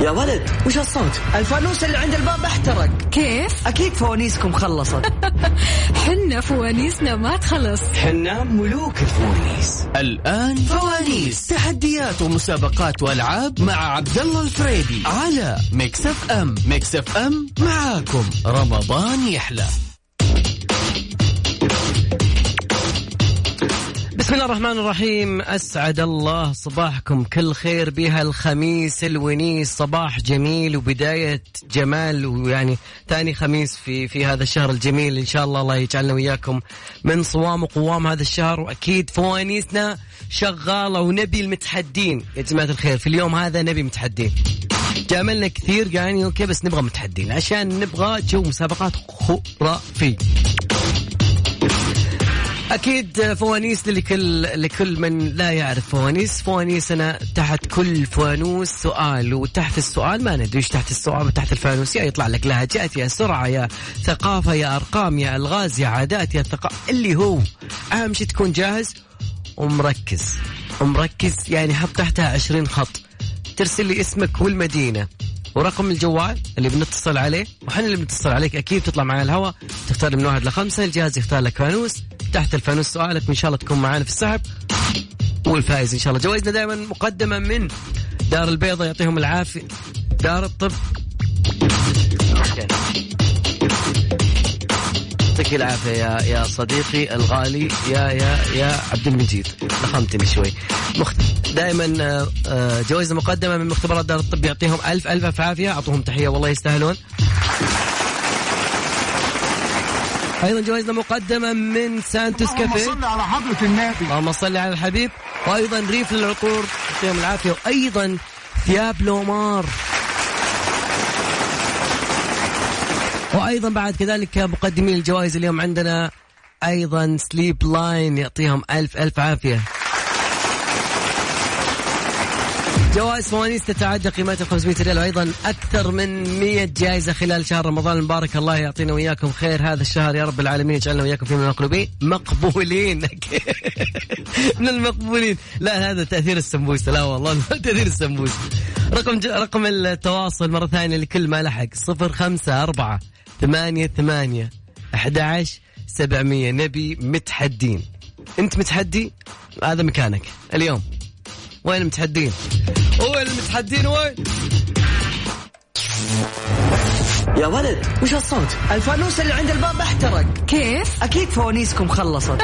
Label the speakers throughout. Speaker 1: يا ولد وش الصوت؟ الفانوس اللي عند الباب احترق
Speaker 2: كيف؟
Speaker 1: اكيد فوانيسكم خلصت
Speaker 2: حنا فوانيسنا ما تخلص
Speaker 1: حنا ملوك الفوانيس
Speaker 3: الآن فوانيس تحديات ومسابقات وألعاب مع عبد الله الفريدي على ميكس اف ام ميكس اف ام معاكم رمضان يحلى
Speaker 4: بسم الله الرحمن الرحيم اسعد الله صباحكم كل خير بها الخميس الونيس صباح جميل وبدايه جمال ويعني ثاني خميس في في هذا الشهر الجميل ان شاء الله الله يجعلنا وياكم من صوام وقوام هذا الشهر واكيد فوانيسنا شغاله ونبي المتحدين يا جماعه الخير في اليوم هذا نبي متحدين جاملنا كثير يعني اوكي بس نبغى متحدين عشان نبغى جو مسابقات خرافي اكيد فوانيس لكل لكل من لا يعرف فوانيس فوانيسنا تحت كل فانوس سؤال وتحت السؤال ما ندري ايش تحت السؤال وتحت الفانوس يا يطلع لك لهجات يا سرعه يا ثقافه يا ارقام يا الغاز يا عادات يا ثقافه اللي هو اهم شيء تكون جاهز ومركز ومركز يعني حط تحتها 20 خط ترسل لي اسمك والمدينه ورقم الجوال اللي بنتصل عليه وحنا اللي بنتصل عليك اكيد تطلع معنا الهواء تختار من واحد لخمسه الجهاز يختار لك فانوس تحت الفانوس سؤالك وان شاء الله تكون معنا في السحب والفائز ان شاء الله جوائزنا دائما مقدمه من دار البيضاء يعطيهم العافيه دار الطب يعطيك العافيه يا يا صديقي الغالي يا يا يا عبد المجيد لخمتني شوي مخت... دائما آه، آه، جوائز مقدمه من مختبرات دار الطب يعطيهم الف الف الف عافيه اعطوهم تحيه والله يستاهلون ايضا جوائزنا مقدمه من سانتوس كافيه
Speaker 5: على حضرة النبي
Speaker 4: اللهم صل على الحبيب وايضا ريف للعطور يعطيهم العافيه وايضا ثياب لومار وايضا بعد كذلك مقدمين الجوائز اليوم عندنا ايضا سليب لاين يعطيهم الف الف عافيه جوائز فوانيس تتعدى قيمتها 500 ريال وايضا اكثر من 100 جائزه خلال شهر رمضان المبارك الله يعطينا وياكم خير هذا الشهر يا رب العالمين يجعلنا وياكم في من المقلوبين مقبولين من المقبولين لا هذا تاثير السمبوسه لا والله تاثير السمبوسه رقم ج... رقم التواصل مره ثانيه لكل ما لحق 054 88 11 700 نبي متحدين انت متحدي هذا مكانك اليوم وين المتحدين؟ وين المتحدين وين؟
Speaker 1: يا ولد وش الصوت؟ الفانوس اللي عند الباب احترق
Speaker 2: كيف؟
Speaker 1: اكيد فوانيسكم خلصت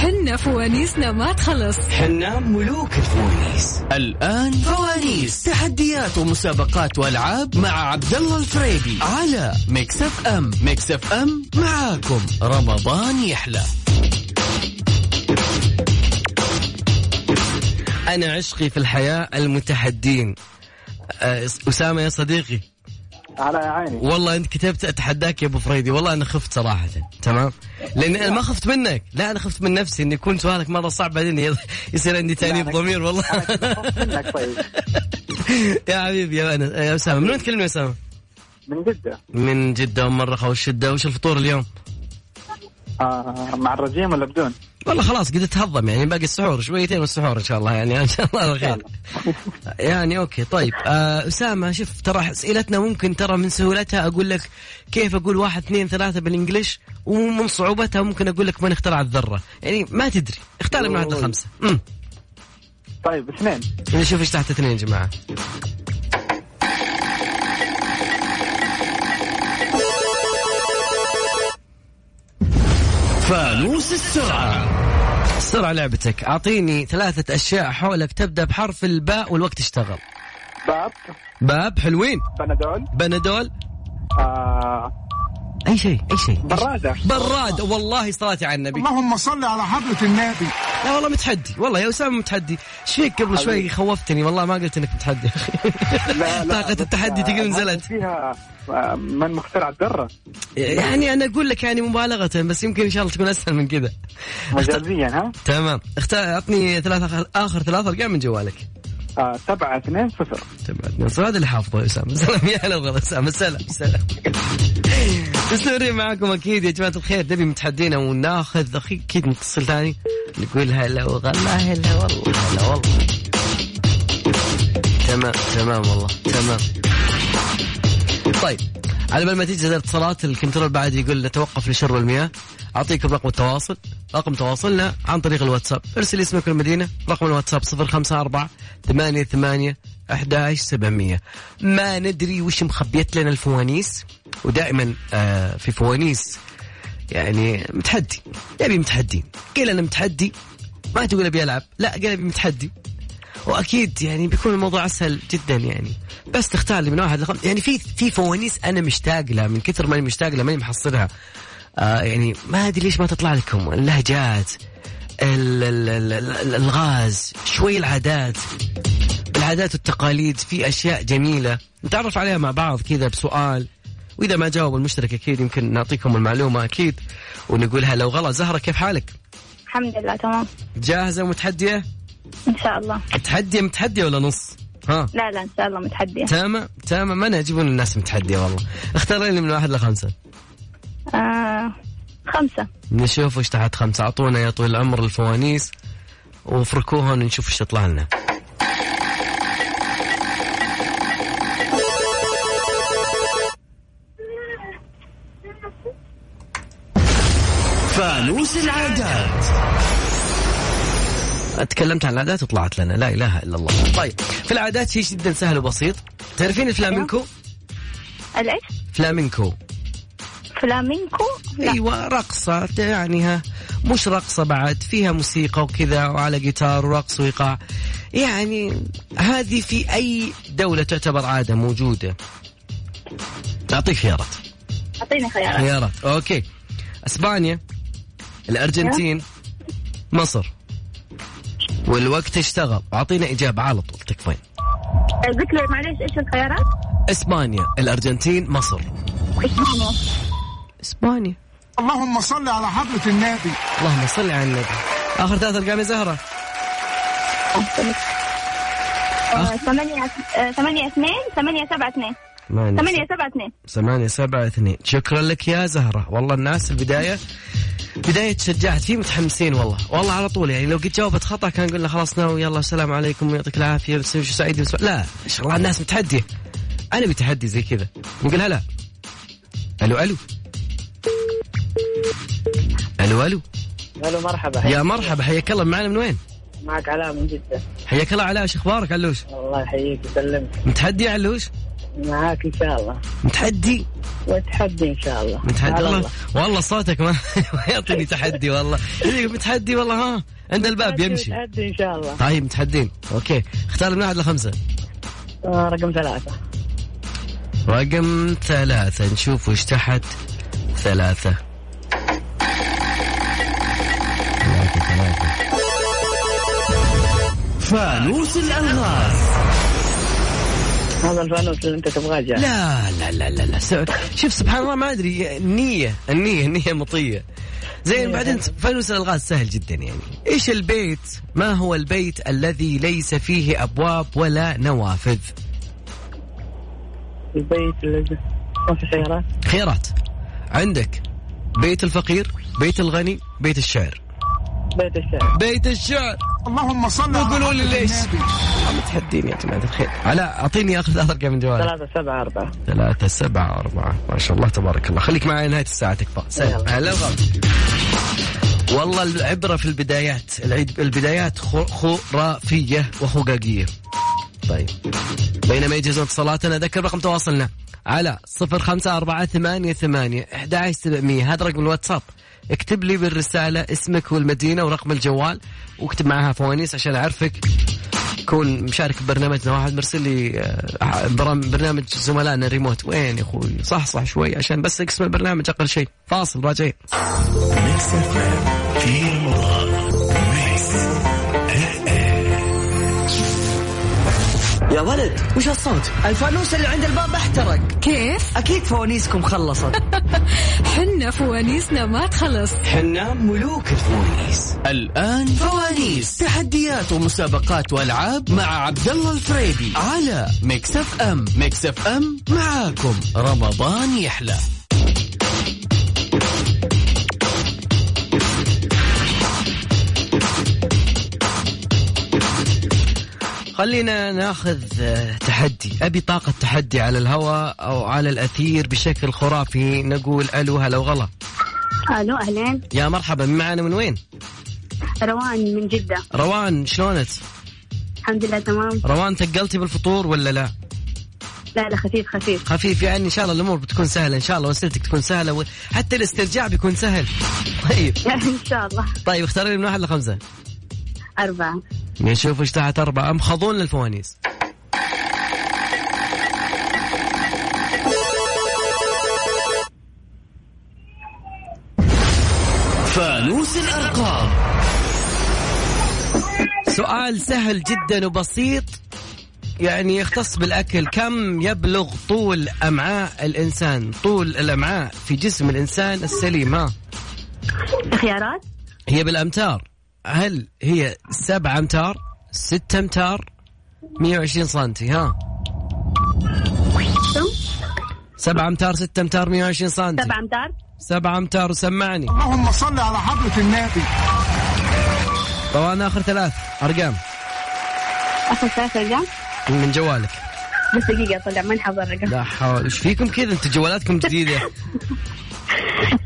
Speaker 2: حنا فوانيسنا ما تخلص
Speaker 1: حنا ملوك الفوانيس
Speaker 3: الآن فوانيس تحديات ومسابقات وألعاب مع عبد الله الفريدي على ميكس اف ام ميكس اف ام معاكم رمضان يحلى
Speaker 4: انا عشقي في الحياه المتحدين أه، اسامه يا صديقي
Speaker 5: على عيني
Speaker 4: والله انت كتبت اتحداك يا ابو فريدي والله انا خفت صراحه تمام لان انا ما خفت منك لا انا خفت من نفسي ان يكون سؤالك مره صعب بعدين يض- يصير عندي تانيب
Speaker 5: أنا-
Speaker 4: ضمير والله
Speaker 5: منك طيب
Speaker 4: يا حبيبي يا أنس- يا اسامه من وين تكلمني يا اسامه
Speaker 5: من جدة
Speaker 4: من جده ام الرخاء والشده وش الفطور اليوم
Speaker 5: آه مع الرجيم ولا بدون؟
Speaker 4: والله خلاص قد تهضم يعني باقي السحور شويتين والسحور ان شاء الله يعني ان شاء الله على خير يعني اوكي طيب آه، اسامه شوف ترى اسئلتنا ممكن ترى من سهولتها اقول لك كيف اقول واحد اثنين ثلاثه بالانجلش ومن صعوبتها ممكن اقول لك من اخترع الذره يعني ما تدري اختار لي من واحد
Speaker 5: أوه.
Speaker 4: لخمسه امم
Speaker 5: طيب اثنين
Speaker 4: نشوف ايش تحت اثنين يا جماعه
Speaker 3: فانوس السرعة
Speaker 4: سرعه لعبتك اعطيني ثلاثه اشياء حولك تبدا بحرف الباء والوقت اشتغل
Speaker 5: باب
Speaker 4: باب حلوين
Speaker 5: بنادول
Speaker 4: بنادول
Speaker 5: آه
Speaker 4: اي شيء اي شيء
Speaker 5: برادة
Speaker 4: براد والله صلاتي على النبي
Speaker 6: اللهم صل على حضرة النبي
Speaker 4: لا والله متحدي والله يا اسامه متحدي ايش فيك قبل شوي خوفتني والله ما قلت انك متحدي يا اخي طاقه
Speaker 5: بس،
Speaker 4: التحدي
Speaker 5: آه،
Speaker 4: تقريبا
Speaker 5: هذه
Speaker 4: نزلت
Speaker 5: فيها آه، من مخترع الذرة
Speaker 4: يعني انا اقول لك يعني مبالغه بس يمكن ان شاء الله تكون اسهل من كذا
Speaker 5: مجازيا ها
Speaker 4: تمام اختار اعطني ثلاث آخر- اخر ثلاث ارقام من جوالك
Speaker 5: آه، سبعة اثنين صفر
Speaker 4: تمام بس هذا اللي حافظه يا اسامه سلام يا هلا والله اسامه سلام سلام مستمرين معاكم اكيد يا جماعه الخير نبي متحدينا وناخذ اخي اكيد نتصل ثاني نقول هلا وغلا هلا والله هلا والله تمام تمام والله تمام طيب على بال ما تيجي هذه الاتصالات الكنترول بعد يقول نتوقف لشرب المياه اعطيكم رقم التواصل رقم تواصلنا عن طريق الواتساب ارسل اسمك والمدينه رقم الواتساب 054 88 11700 ما ندري وش مخبيت لنا الفوانيس ودائما آه في فوانيس يعني متحدي يبي متحدي قيل انا متحدي ما تقول ابي العب لا قال ابي متحدي واكيد يعني بيكون الموضوع اسهل جدا يعني بس تختار لي من واحد لخمس يعني في في فوانيس انا مشتاق لها من كثر ما انا مشتاق لها ماني محصلها آه يعني ما ادري ليش ما تطلع لكم اللهجات ال- ال- ال- ال- الالغاز شوي العادات العادات والتقاليد في اشياء جميله نتعرف عليها مع بعض كذا بسؤال واذا ما جاوب المشترك اكيد يمكن نعطيكم المعلومه اكيد ونقولها لو غلط زهره كيف حالك
Speaker 7: الحمد لله تمام
Speaker 4: جاهزه ومتحديه
Speaker 7: ان شاء الله
Speaker 4: متحديه متحديه ولا نص ها
Speaker 7: لا لا ان شاء الله متحدية
Speaker 4: تمام تمام انا يجيبون الناس متحديه والله اختار لي من واحد لخمسه
Speaker 7: آه خمسة
Speaker 4: نشوف وش تحت خمسه اعطونا يا طويل العمر الفوانيس وفركوهن ونشوف وش يطلع لنا
Speaker 3: فانوس العادات
Speaker 4: تكلمت عن العادات وطلعت لنا لا اله الا الله طيب في العادات شيء جدا سهل وبسيط تعرفين الفلامينكو
Speaker 7: الايش؟
Speaker 4: فلامينكو
Speaker 7: فلامينكو لا
Speaker 4: ايوه رقصه يعني ها مش رقصه بعد فيها موسيقى وكذا وعلى جيتار ورقص وايقاع يعني هذه في اي دوله تعتبر عاده موجوده اعطيك خيارات
Speaker 7: اعطيني خيارات
Speaker 4: خيارات اوكي اسبانيا الارجنتين مصر والوقت اشتغل اعطينا اجابه على طول تكفين
Speaker 7: آه، قلت لي معلش ايش الخيارات؟
Speaker 4: اسبانيا الارجنتين مصر
Speaker 7: اسمه
Speaker 4: اسبانيا
Speaker 6: اللهم صل على حضرة النبي
Speaker 4: اللهم صل على النبي اخر ثلاث ارقام يا زهره
Speaker 7: ثمانية آه، ثمانية اثنين ثمانية سبعة اثنين ثمانية سبعة اثنين
Speaker 4: ثمانية سبعة اثنين شكرا لك يا زهرة والله الناس البداية بداية تشجعت في متحمسين والله والله على طول يعني لو قد جاوبت خطأ كان قلنا خلاص ناوي يلا السلام عليكم ويعطيك العافية بتصير شو سعيد بس- لا ان شاء الله الناس متحدية انا بتحدي زي كذا نقول هلا الو الو الو الو
Speaker 8: الو مرحبا
Speaker 4: يا مرحبا حياك الله معنا من وين؟
Speaker 8: معك علاء من جدة
Speaker 4: حياك الله علاء شو اخبارك علوش؟
Speaker 8: الله يحييك ويسلمك
Speaker 4: متحدي يا علوش؟
Speaker 8: معاك ان شاء الله
Speaker 4: متحدي؟
Speaker 8: وتحدي ان شاء الله
Speaker 4: متحدي
Speaker 8: على
Speaker 4: والله والله صوتك ما ما يعطيني تحدي والله إيه متحدي والله ها عند الباب طيب، يمشي
Speaker 8: تحدي ان شاء الله
Speaker 4: طيب متحدين اوكي اختار من واحد لخمسه
Speaker 8: آه رقم ثلاثة
Speaker 4: رقم ثلاثة نشوف وش تحت ثلاثة ثلاثة ثلاثة
Speaker 3: فانوس الالغاز
Speaker 8: هذا الفانوس اللي انت تبغاه جاء
Speaker 4: لا لا لا لا, لا. سو- شوف سبحان الله ما ادري النية النية النية مطية زين بعدين فانوس الالغاز سهل جدا يعني ايش البيت ما هو البيت الذي ليس فيه ابواب ولا نوافذ
Speaker 8: البيت اللي ما في خيارات
Speaker 4: خيارات عندك بيت الفقير بيت الغني بيت الشعر
Speaker 8: بيت الشعر
Speaker 4: بيت الشعر
Speaker 6: اللهم صل على
Speaker 4: وقولوا لي
Speaker 6: حضرة
Speaker 4: ليش.
Speaker 6: النبي
Speaker 4: عم تحديني يا جماعة الخير علاء أعطيني آخر ثلاث أرقام من جوالك
Speaker 8: ثلاثة سبعة أربعة
Speaker 4: ثلاثة سبعة أربعة ما شاء الله تبارك الله خليك معي نهاية الساعة تكفى سهل
Speaker 8: يلا.
Speaker 4: هلا وغلا. والله العبرة في البدايات العيد البدايات خر- خرافية وخقاقية طيب بينما يجهزون اتصالاتنا ذكر رقم تواصلنا على صفر خمسة أربعة ثمانية ثمانية أحد سبعمية هذا رقم الواتساب اكتب لي بالرسالة اسمك والمدينة ورقم الجوال واكتب معها فوانيس عشان أعرفك كون مشارك ببرنامجنا واحد مرسل لي آه، برام- برنامج زملائنا ريموت وين يا اخوي صح صح شوي عشان بس اسم البرنامج اقل شيء فاصل راجعين
Speaker 1: يا ولد وش الصوت الفانوس اللي عند الباب احترق
Speaker 2: كيف
Speaker 1: اكيد فوانيسكم خلصت
Speaker 2: حنا فوانيسنا ما تخلص
Speaker 3: حنا ملوك الفوانيس الآن فوانيس تحديات ومسابقات وألعاب مع عبد الله الفريدي على ميكس اف ام ميكس اف ام معاكم رمضان يحلى
Speaker 4: خلينا ناخذ آه، تحدي ابي طاقه تحدي على الهواء او على الاثير بشكل خرافي نقول الو هلا وغلا
Speaker 7: الو اهلين
Speaker 4: يا مرحبا من معنا من وين
Speaker 7: روان من جدة
Speaker 4: روان شلونك
Speaker 7: الحمد لله تمام
Speaker 4: روان ثقلتي بالفطور ولا لا
Speaker 7: لا لا خفيف خفيف
Speaker 4: خفيف يعني ان شاء الله الامور بتكون سهله ان شاء الله وسيلتك تكون سهله وحتى الاسترجاع بيكون سهل طيب
Speaker 7: ان شاء الله
Speaker 4: طيب اختاري لي من واحد لخمسه
Speaker 7: أربعة
Speaker 4: نشوف ايش تحت أربعة أم خضون للفوانيس
Speaker 3: فانوس الأرقام
Speaker 4: سؤال سهل جدا وبسيط يعني يختص بالأكل كم يبلغ طول أمعاء الإنسان طول الأمعاء في جسم الإنسان السليم ها
Speaker 7: خيارات
Speaker 4: هي بالأمتار هل هي سبعة أمتار ستة أمتار 120 سنتي ها سبعة أمتار ستة أمتار 120 سنتي
Speaker 7: سبعة أمتار
Speaker 4: سبعة أمتار وسمعني
Speaker 6: اللهم صل على حضرة النبي
Speaker 4: طبعا اخر ثلاث ارقام
Speaker 7: آخر ثلاثة أرقام
Speaker 4: من جوالك
Speaker 7: بس دقيقة طلع ما نحضر الرقم
Speaker 4: لا حول ايش فيكم كذا انتم جوالاتكم جديده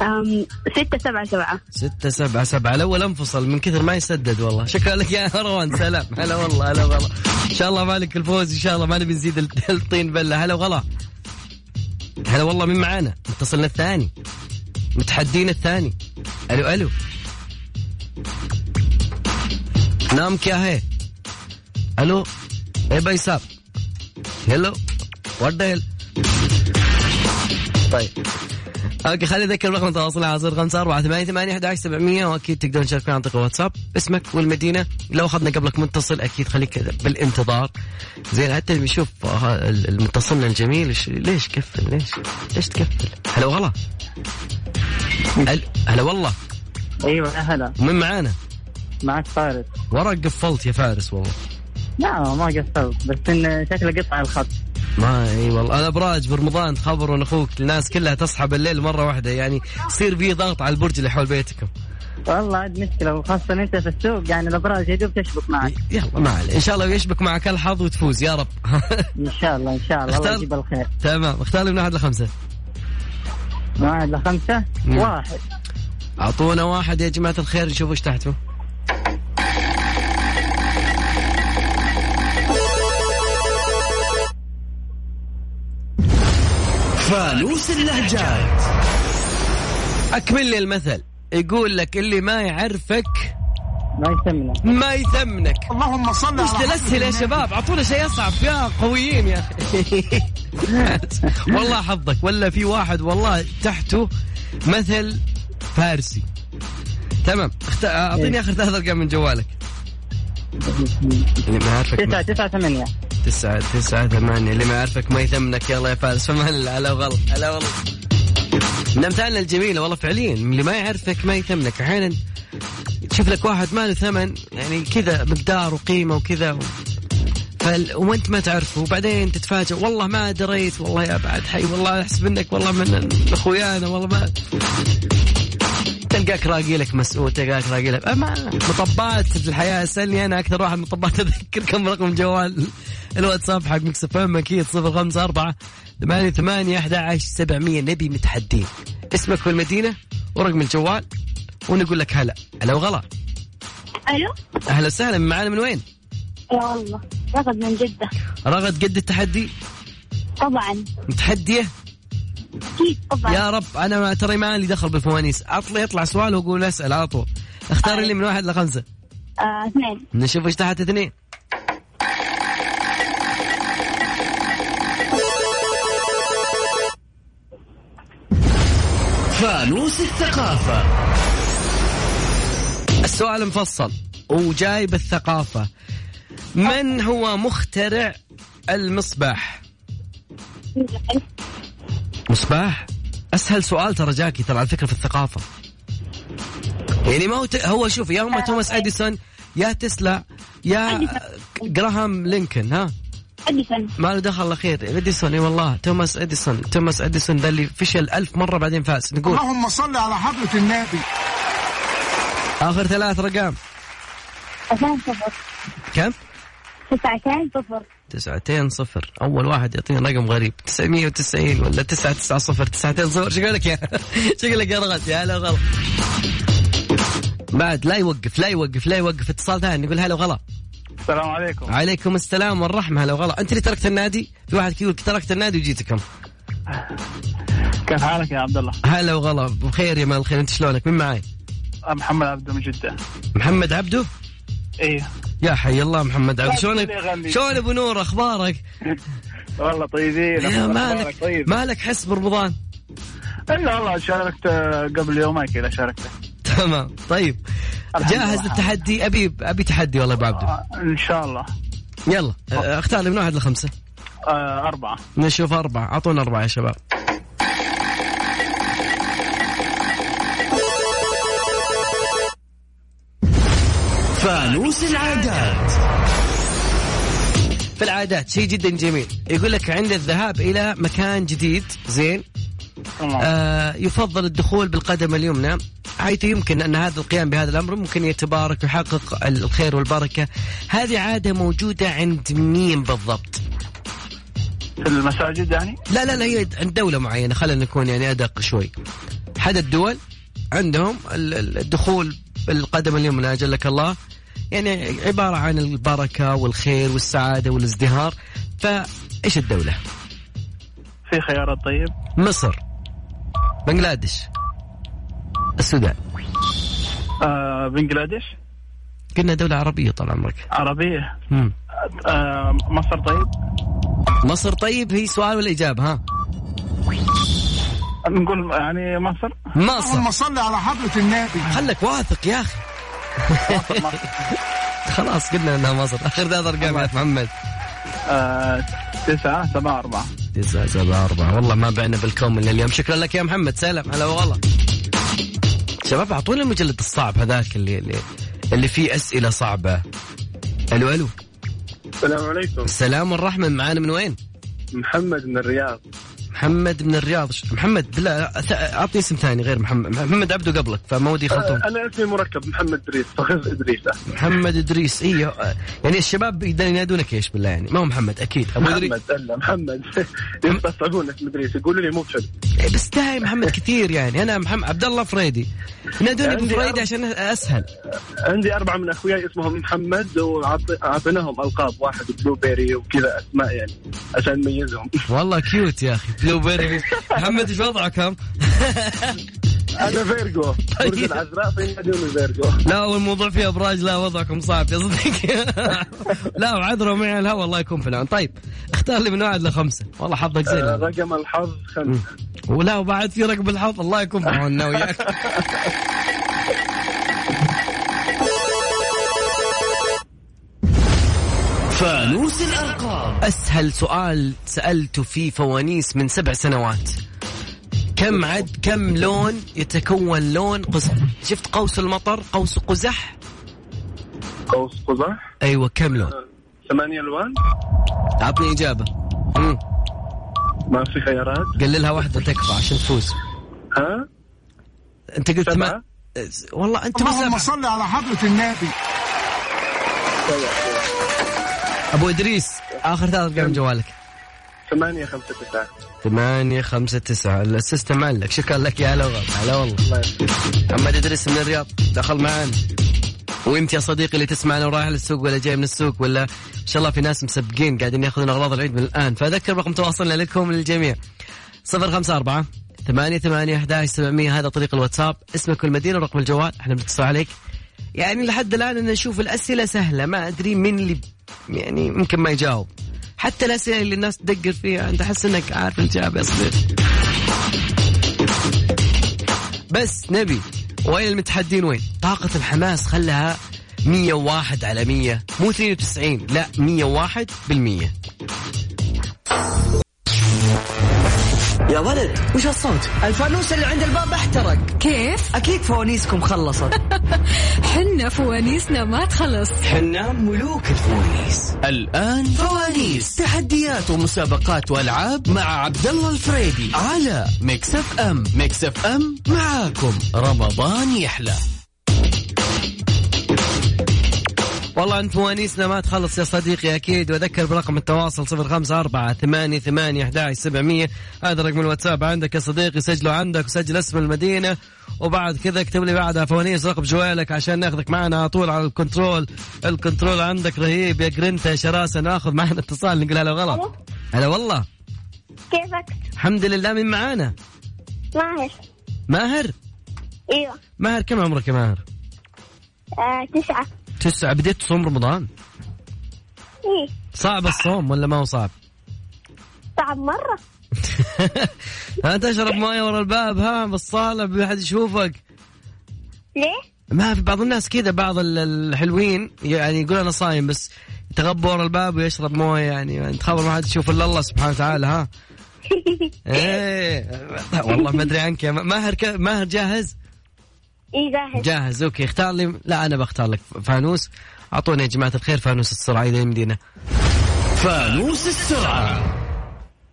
Speaker 7: أم، ستة سبعة سبعة
Speaker 4: ستة سبعة سبعة الاول انفصل من كثر ما يسدد والله شكرا لك يا مروان سلام هلا والله هلا والله ان شاء الله مالك الفوز ان شاء الله ما نبي نزيد الت- الطين بله هلا وغلا هلا والله من معانا متصلنا الثاني متحدين الثاني الو الو نام كيا هي الو ايه भाई साहब हेलो وات ذا طيب اوكي خليني اذكر رقم تواصلنا على صفر خمسة أربعة ثمانية ثمانية أحد سبعمية وأكيد تقدرون تشاركونا عن طريق الواتساب اسمك والمدينة لو أخذنا قبلك متصل أكيد خليك بالانتظار زين حتى بنشوف متصلنا الجميل إيش- ليش كفل ليش ليش تكفل هلا والله هل- هلا والله
Speaker 5: ايوه هلا
Speaker 4: من معانا
Speaker 5: معك فارس
Speaker 4: ورق قفلت يا فارس والله
Speaker 5: لا ما قصرت بس ان شكله قطع الخط
Speaker 4: ما اي والله انا براج برمضان تخبرون اخوك الناس كلها تصحى بالليل مره واحده يعني يصير في ضغط على البرج اللي حول بيتكم
Speaker 5: والله عاد مشكله وخاصه انت في السوق يعني الابراج يا دوب تشبك معك
Speaker 4: يلا ما عليه ان شاء الله يشبك معك الحظ وتفوز يا رب
Speaker 5: ان شاء الله ان شاء الله الله
Speaker 4: اختار.
Speaker 5: يجيب الخير
Speaker 4: تمام اختار لي من واحد لخمسه
Speaker 5: واحد لخمسه
Speaker 4: مم.
Speaker 5: واحد
Speaker 4: اعطونا واحد يا جماعه الخير نشوف ايش تحته
Speaker 3: فانوس اللهجات
Speaker 4: اكمل لي المثل يقول لك اللي ما يعرفك
Speaker 5: ما يسمنا
Speaker 4: ما يثمنك
Speaker 6: اللهم صل على
Speaker 4: ايش
Speaker 6: حضرة
Speaker 4: تلسهل يا
Speaker 6: النبي.
Speaker 4: شباب اعطونا شيء اصعب يا قويين يا اخي والله حظك ولا في واحد والله تحته مثل فارسي تمام اخت- اعطيني اخر ثلاث ارقام من جوالك اللي ما
Speaker 8: إيه،
Speaker 4: يعرفك ما-
Speaker 5: تسعة تسعة ثمانية
Speaker 4: تسعة تسعة ثمانية اللي ما يعرفك ما يثمنك يلا يا فارس فما هلا هلا وغلا هلا والله من امثالنا الجميلة والله فعليا اللي ما يعرفك ما يثمنك احيانا تشوف لك واحد ما له ثمن يعني كذا مقدار وقيمة وكذا و... فال... وانت ما تعرفه وبعدين تتفاجئ والله ما دريت والله يا بعد حي والله احسب انك والله من اخويانا والله ما تلقاك راقي لك مسؤول تلقاك راقي لك أما مطبات الحياة اسألني أنا أكثر واحد مطبات أذكر كم رقم جوال الواتساب حق مكس اف ام أكيد 054 ثمانية ثمانية أحد عشر سبعمية نبي متحدين اسمك والمدينة ورقم الجوال ونقول لك هلا هلا وغلا
Speaker 7: ألو
Speaker 4: أهلا وسهلا معانا من وين
Speaker 7: يا والله رغد من جدة
Speaker 4: رغد قد التحدي
Speaker 7: طبعا
Speaker 4: متحدية
Speaker 7: أكيد طبعا
Speaker 4: يا رب أنا ما ترى ما لي دخل بالفوانيس أطلع يطلع سؤال وأقول أسأل على طول اختاري لي من واحد لخمسة
Speaker 7: آه، اثنين
Speaker 4: نشوف ايش تحت اثنين
Speaker 3: فانوس الثقافة
Speaker 4: السؤال مفصل وجاي بالثقافة من هو مخترع المصباح؟ مصباح؟ أسهل سؤال ترى جاكي ترى على فكرة في الثقافة يعني ما هو ت... هو شوف يا هم توماس أديسون يا تسلا يا جراهام لينكولن ها
Speaker 7: أديسون
Speaker 4: ما له دخل الأخير أديسون اي والله توماس أديسون توماس أديسون ذا اللي فشل ألف مرة بعدين فاز نقول
Speaker 3: آه.
Speaker 6: اللهم صل على حضرة النبي
Speaker 4: آخر ثلاث رقم
Speaker 7: اثنين صفر
Speaker 4: كم؟
Speaker 7: تسعتين صفر
Speaker 4: تسعتين صفر أول واحد يعطيني رقم غريب 990 ولا 990 تسعتين صفر شكلك يا شكلك يا ضغط يا هلا وغلا بعد لا يوقف لا يوقف لا يوقف اتصال ثاني نقول هلا وغلا
Speaker 9: السلام عليكم
Speaker 4: عليكم السلام والرحمة هلا وغلا أنت اللي تركت النادي في واحد يقول تركت النادي وجيتكم
Speaker 9: كيف حالك يا عبد الله؟
Speaker 4: هلا وغلا بخير يا مال الخير أنت شلونك مين معي
Speaker 9: محمد عبده من جدة
Speaker 4: محمد عبده
Speaker 9: ايه
Speaker 4: يا حي الله محمد عبد
Speaker 9: لا
Speaker 4: شلونك
Speaker 9: تقول لي غني.
Speaker 4: شلون ابو نور اخبارك؟
Speaker 9: والله طيبين
Speaker 4: يا
Speaker 9: أخبارك
Speaker 4: مالك
Speaker 9: طيب
Speaker 4: مالك حس برمضان
Speaker 9: الا والله شاركت آه، قبل يومين كذا شاركت
Speaker 4: تمام طيب
Speaker 9: الحمد
Speaker 4: جاهز
Speaker 9: لله.
Speaker 4: للتحدي ابي ابي تحدي والله ابو عبده
Speaker 9: آه، ان شاء الله
Speaker 4: يلا آه، اختار لي من واحد لخمسه
Speaker 9: آه، أربعة
Speaker 4: نشوف اربعه اعطونا اربعه يا شباب
Speaker 3: فانوس العادات
Speaker 4: في العادات شيء جدا جميل يقول لك عند الذهاب الى مكان جديد زين
Speaker 9: تمام
Speaker 4: آه يفضل الدخول بالقدم اليمنى حيث يمكن ان هذا القيام بهذا الامر ممكن يتبارك ويحقق الخير والبركه هذه عاده موجوده عند مين بالضبط
Speaker 9: في المساجد يعني
Speaker 4: لا لا لا هي عند دولة معينة خلينا نكون يعني أدق شوي حد الدول عندهم ال- ال- الدخول بالقدم اليمنى أجلك الله يعني عبارة عن البركة والخير والسعادة والازدهار فإيش الدولة
Speaker 9: في خيارات طيب
Speaker 4: مصر بنغلاديش السودان
Speaker 9: آه، بنجلاديش
Speaker 4: قلنا دولة عربية طال عمرك
Speaker 9: عربية
Speaker 4: مم.
Speaker 9: آه، مصر طيب
Speaker 4: مصر طيب هي سؤال ولا إجابة ها
Speaker 9: نقول يعني مصر
Speaker 4: مصر
Speaker 6: اللهم صل على حضرة النبي
Speaker 4: خلك واثق يا أخي خلاص قلنا انها مصر اخر ثلاث ارقام يا محمد
Speaker 9: آه، تسعة سبعة أربعة
Speaker 4: تسعة سبعة أربعة والله ما بعنا بالكوم إلا اليوم شكرا لك يا محمد سلام هلا وغلا شباب أعطونا المجلد الصعب هذاك اللي اللي, اللي فيه أسئلة صعبة ألو ألو
Speaker 9: السلام عليكم
Speaker 4: السلام والرحمة معانا من وين؟
Speaker 9: محمد من الرياض
Speaker 4: محمد من الرياض ش- محمد لا أث- أعطني اسم ثاني غير محمد محمد عبده قبلك فما ودي يخلطون
Speaker 9: أنا اسمي مركب محمد إدريس فخذ إدريس
Speaker 4: محمد إدريس إيه يعني الشباب يقدرون ينادونك إيش بالله يعني ما هو محمد أكيد أبو إدريس
Speaker 9: محمد الا محمد يستصعبون اسم ادريس يقولوا لي مو بحلو
Speaker 4: إيه، بس داعي محمد كثير يعني أنا محمد عبد الله فريدي ينادوني أبو
Speaker 9: عندي
Speaker 4: فريدي
Speaker 9: أربع-
Speaker 4: عشان أسهل
Speaker 9: عندي اربعه من اخوياي اسمهم محمد وعطيناهم القاب واحد بلو بيري وكذا اسماء يعني عشان نميزهم
Speaker 4: والله كيوت يا اخي بلو بيري محمد ايش وضعك هم؟
Speaker 9: انا فيرجو
Speaker 4: طيب.
Speaker 9: برج العذراء فينادوني فيرجو
Speaker 4: لا والموضوع فيه ابراج لا وضعكم صعب يا صديقي لا وعذره معي على الهواء الله يكون في العون طيب اختار لي من واحد لخمسه والله حظك زين
Speaker 9: آه،
Speaker 4: هذا.
Speaker 9: رقم الحظ خمسه
Speaker 4: ولا وبعد في رقم الحظ الله يكون في عوننا وياك
Speaker 3: فانوس الأرقام
Speaker 4: اسهل سؤال سالته في فوانيس من سبع سنوات كم عد كم لون يتكون لون قز... شفت قوس المطر قوس قزح
Speaker 9: قوس قزح
Speaker 4: ايوه كم لون
Speaker 9: ثمانية الوان
Speaker 4: اعطني اجابه مم.
Speaker 9: ما في خيارات
Speaker 4: قللها واحده تكفى عشان تفوز
Speaker 9: ها
Speaker 4: انت قلت ما أه،
Speaker 9: سبعة؟
Speaker 4: والله انت
Speaker 6: اللهم
Speaker 4: ما
Speaker 6: صل على حضرة النبي
Speaker 4: ابو ادريس اخر ثلاث ارقام جوالك
Speaker 9: ثمانية خمسة تسعة
Speaker 4: ثمانية خمسة تسعة السيستم مالك شكرا لك يا هلا والله هلا والله محمد ادريس من الرياض دخل معانا وانت يا صديقي اللي تسمعنا ورايح للسوق ولا جاي من السوق ولا ان شاء الله في ناس مسبقين قاعدين ياخذون اغراض العيد من الان فاذكر رقم تواصلنا لكم للجميع 054 ثمانية ثمانية 11 700 هذا طريق الواتساب اسمك والمدينة ورقم الجوال احنا بنتصل عليك يعني لحد الان انا اشوف الاسئلة سهلة ما ادري مين اللي يعني ممكن ما يجاوب حتى الاسئلة اللي الناس تدقر فيها انت احس انك عارف الجواب يا صديقي بس نبي وين المتحدين وين؟ طاقة الحماس خلها 101 على 100 مو 92 لا 101 بالمية
Speaker 1: يا ولد وش الصوت الفانوس اللي عند الباب احترق
Speaker 2: كيف؟
Speaker 1: اكيد فوانيسكم خلصت
Speaker 2: حنا فوانيسنا ما تخلص
Speaker 1: حنا ملوك الفوانيس
Speaker 3: الآن فوانيس تحديات ومسابقات وألعاب مع عبد الله الفريدي على ميكس اف ام ميكس اف ام معاكم رمضان يحلى
Speaker 4: والله انت فوانيسنا ما تخلص يا صديقي اكيد واذكر برقم التواصل 054 ثمانية ثمانية 11 700 هذا رقم الواتساب عندك يا صديقي سجله عندك وسجل اسم المدينة وبعد كذا اكتب لي بعدها فوانيس رقم جوالك عشان ناخذك معنا على طول على الكنترول الكنترول عندك رهيب يا قرنتا يا شراسة ناخذ معنا اتصال نقول هلا غلط هلا والله
Speaker 7: كيفك؟
Speaker 4: الحمد لله من معانا
Speaker 7: ماهر
Speaker 4: ماهر
Speaker 7: ايوه
Speaker 4: ماهر كم عمرك يا ماهر؟
Speaker 7: آه تسعة
Speaker 4: تسعة بديت تصوم رمضان
Speaker 7: ايه
Speaker 4: صعب الصوم ولا ما هو صعب؟
Speaker 7: صعب مرة
Speaker 4: ها تشرب ماي ورا الباب ها بالصالة ما حد يشوفك
Speaker 7: ليه؟
Speaker 4: ما في بعض الناس كذا بعض ال- الحلوين يعني يقول انا صايم بس يتغبى ورا الباب ويشرب مويه يعني يعني تخبر ما حد يشوف الا الله سبحانه وتعالى ها ايه والله ما ادري عنك يا م- ماهر ك... ماهر جاهز؟
Speaker 7: ايه جاهز
Speaker 4: جاهز اوكي اختار لي لا انا بختار لك فانوس اعطونا يا جماعه الخير فانوس السرعه اذا يمدينا
Speaker 3: فانوس السرعة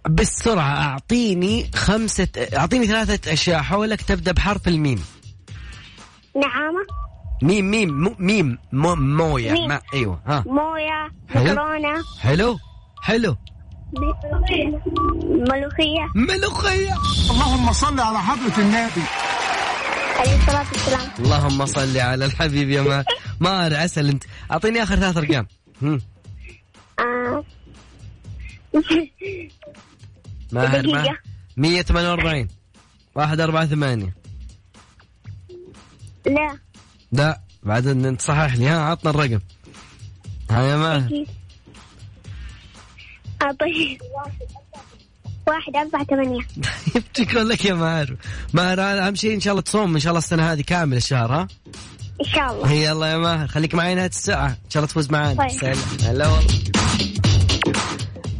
Speaker 4: بالسرعه اعطيني خمسه اعطيني ثلاثه اشياء حولك تبدا بحرف الميم
Speaker 7: نعامة
Speaker 4: ميم ميم مو- ميم مو مويه
Speaker 7: ميم.
Speaker 4: ما ايوه ها
Speaker 7: موية
Speaker 4: حلو.
Speaker 7: مكرونة
Speaker 4: حلو حلو
Speaker 7: ملوخية
Speaker 4: ملوخيه
Speaker 6: اللهم صل على حضرة النبي
Speaker 7: عليه الصلاة والسلام
Speaker 4: اللهم صل على الحبيب يا ما مار عسل انت اعطيني اخر ثلاث ارقام هم.
Speaker 7: آه.
Speaker 4: ماهر
Speaker 7: دقيقة.
Speaker 4: ماهر 148 148
Speaker 7: لا
Speaker 4: لا بعد ان انت صحح لي ها عطنا الرقم ها يا ماهر
Speaker 7: أعطيه واحد أربعة ثمانية
Speaker 4: طيب شكرا لك يا ماهر ماهر أنا اهم شيء ان شاء الله تصوم ان شاء الله السنه هذه كامل الشهر ها
Speaker 7: إن شاء الله
Speaker 4: يلا يا ماهر خليك معي نهايه الساعه ان شاء الله تفوز معانا
Speaker 7: طيب.
Speaker 4: سلام. هلا والله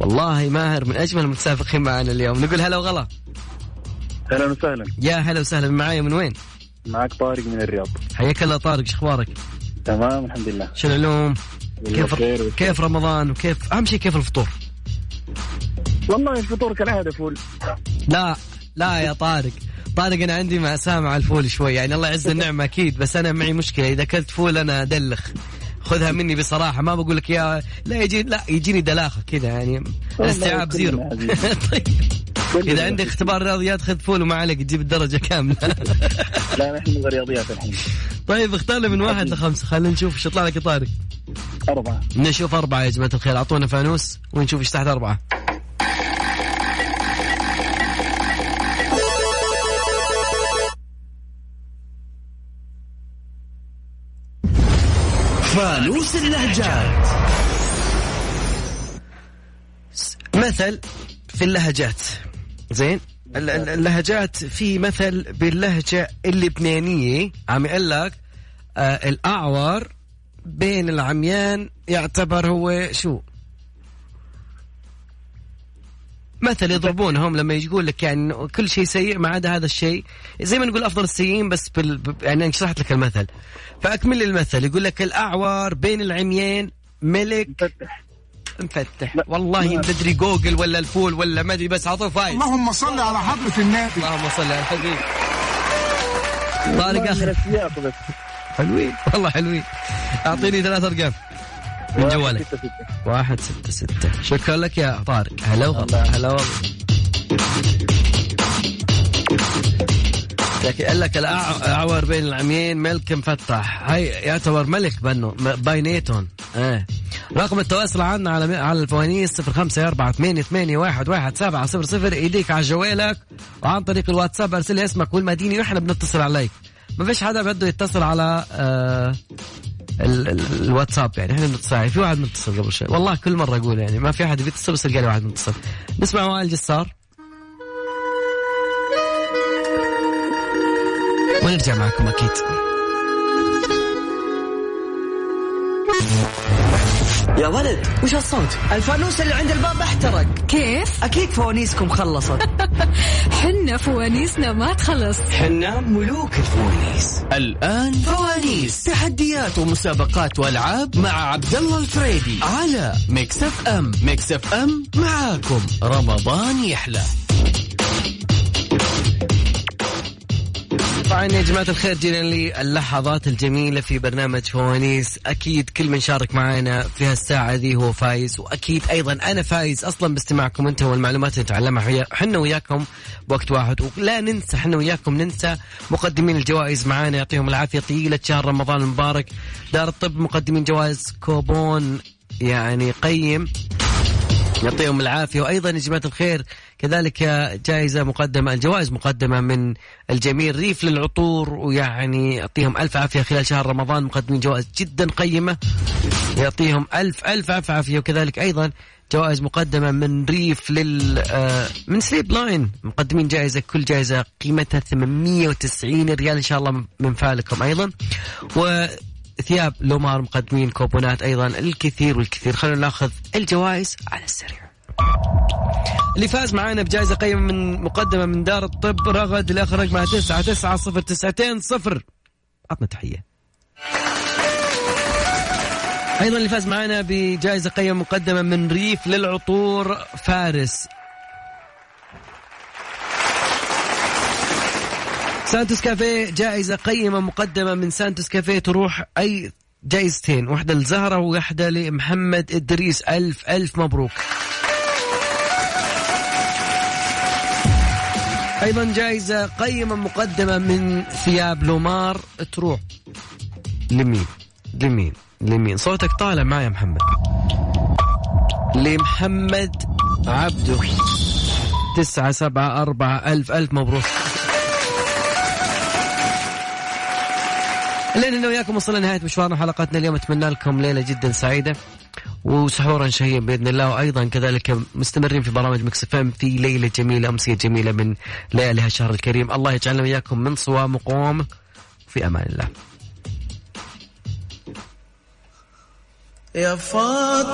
Speaker 4: والله ماهر من اجمل المتسابقين معنا اليوم نقول هلا وغلا
Speaker 9: اهلا وسهلا
Speaker 4: يا هلا وسهلا معايا من وين
Speaker 9: معك طارق من الرياض
Speaker 4: حياك الله طارق ايش اخبارك
Speaker 9: تمام الحمد لله
Speaker 4: شو العلوم كيف
Speaker 9: بخير والله.
Speaker 4: كيف رمضان وكيف اهم شيء كيف الفطور
Speaker 9: والله الفطور كالعاده فول
Speaker 4: لا لا يا طارق طارق انا عندي مأساة مع الفول شوي يعني الله يعز النعمة اكيد بس انا معي مشكلة اذا اكلت فول انا ادلخ خذها مني بصراحة ما بقول لك يا لا يجي لا يجيني دلاخة كذا يعني استيعاب
Speaker 9: كلنا
Speaker 4: زيرو
Speaker 9: عزيز.
Speaker 4: طيب
Speaker 9: كلنا
Speaker 4: اذا عندك
Speaker 9: عزيز.
Speaker 4: اختبار رياضيات خذ فول وما عليك تجيب الدرجة كاملة
Speaker 9: لا نحن من الرياضيات الحين
Speaker 4: طيب اختار لي من واحد لخمسة خلينا نشوف ايش يطلع لك يا طارق
Speaker 9: اربعه
Speaker 4: نشوف أربعة يا جماعة الخير أعطونا فانوس ونشوف إيش تحت أربعة
Speaker 3: فانوس اللهجات
Speaker 4: مثل في اللهجات زين ال- ال- اللهجات في مثل باللهجة اللبنانية عم يقول لك آه الأعور بين العميان يعتبر هو شو مثل يضربونهم لما يقول لك يعني إنه كل شيء سيء ما عدا هذا الشيء زي ما نقول افضل السيئين بس بال... ب- يعني انا شرحت لك المثل فاكمل لي المثل يقول لك الاعور بين العميان ملك
Speaker 9: مفتح
Speaker 4: مفتح والله ما ادري جوجل ولا الفول ولا ما ادري بس عطوه فايز
Speaker 6: اللهم صل على حضرة النبي
Speaker 4: اللهم صل على الحبيب طارق
Speaker 9: من
Speaker 4: اخر
Speaker 9: السياق بس
Speaker 4: حلوين والله حلوين اعطيني ثلاث ارقام من جوالك
Speaker 9: ستة ستة.
Speaker 4: واحد ستة ستة شكرا لك يا طارق هلا والله هلا والله لكن قال لك آه. الاعور بين العميين ملك مفتح هاي يعتبر ملك بنو باينيتون ايه رقم التواصل عنا على على الفوانيس 0548811700 ايديك على جوالك وعن طريق الواتساب ارسل لي اسمك والمدينه واحنا بنتصل عليك ما فيش حدا بده يتصل على آه ال- ال- الواتساب يعني احنا بنتصل عليه. في واحد متصل قبل شوي والله كل مره اقول يعني ما في احد بيتصل بس القى لي واحد متصل نسمع وائل جسار ونرجع معكم اكيد
Speaker 1: يا ولد وش هالصوت الفانوس اللي عند الباب احترق
Speaker 2: كيف
Speaker 1: اكيد فوانيسكم خلصت
Speaker 2: حنا فوانيسنا ما تخلص
Speaker 3: حنا ملوك الفوانيس الآن فوانيس تحديات ومسابقات وألعاب مع عبد الله الفريدي على ميكس اف ام ميكس اف ام معاكم رمضان يحلى
Speaker 4: طبعا يا جماعة الخير جينا للحظات الجميلة في برنامج فوانيس أكيد كل من شارك معنا في هالساعة ذي هو فايز وأكيد أيضا أنا فايز أصلا باستماعكم أنتم والمعلومات اللي نتعلمها حيا- حنا وياكم بوقت واحد ولا ننسى حنا وياكم ننسى مقدمين الجوائز معانا يعطيهم العافية طيلة شهر رمضان المبارك دار الطب مقدمين جوائز كوبون يعني قيم يعطيهم العافية وأيضا يا جماعة الخير كذلك جائزة مقدمة الجوائز مقدمة من الجميل ريف للعطور ويعني يعطيهم ألف عافية خلال شهر رمضان مقدمين جوائز جدا قيمة يعطيهم ألف ألف عافية عافية وكذلك أيضا جوائز مقدمة من ريف لل آه، من سليب لاين مقدمين جائزة كل جائزة قيمتها 890 ريال إن شاء الله من فعلكم أيضا و ثياب لومار مقدمين كوبونات ايضا الكثير والكثير خلونا ناخذ الجوائز على السريع اللي فاز معانا بجائزة قيمة من مقدمة من دار الطب رغد اللي أخرج مع تسعة تسعة صفر تسعتين صفر عطنا تحية أيضا اللي فاز معانا بجائزة قيمة مقدمة من ريف للعطور فارس سانتوس كافيه جائزة قيمة مقدمة من سانتوس كافيه تروح أي جائزتين واحدة لزهرة وواحدة لمحمد إدريس ألف ألف مبروك أيضا جائزة قيمة مقدمة من ثياب لومار تروح لمين لمين لمين صوتك طالع معي يا محمد لمحمد عبده تسعة سبعة أربعة ألف ألف مبروك لين انا وياكم وصلنا نهايه مشوارنا حلقتنا اليوم اتمنى لكم ليله جدا سعيده وسحورا شهيا باذن الله وايضا كذلك مستمرين في برامج مكس فام في ليله جميله امسيه جميله من ليالي هالشهر الكريم الله يجعلنا وياكم من صوام وقوام في امان الله
Speaker 1: يا فاطمة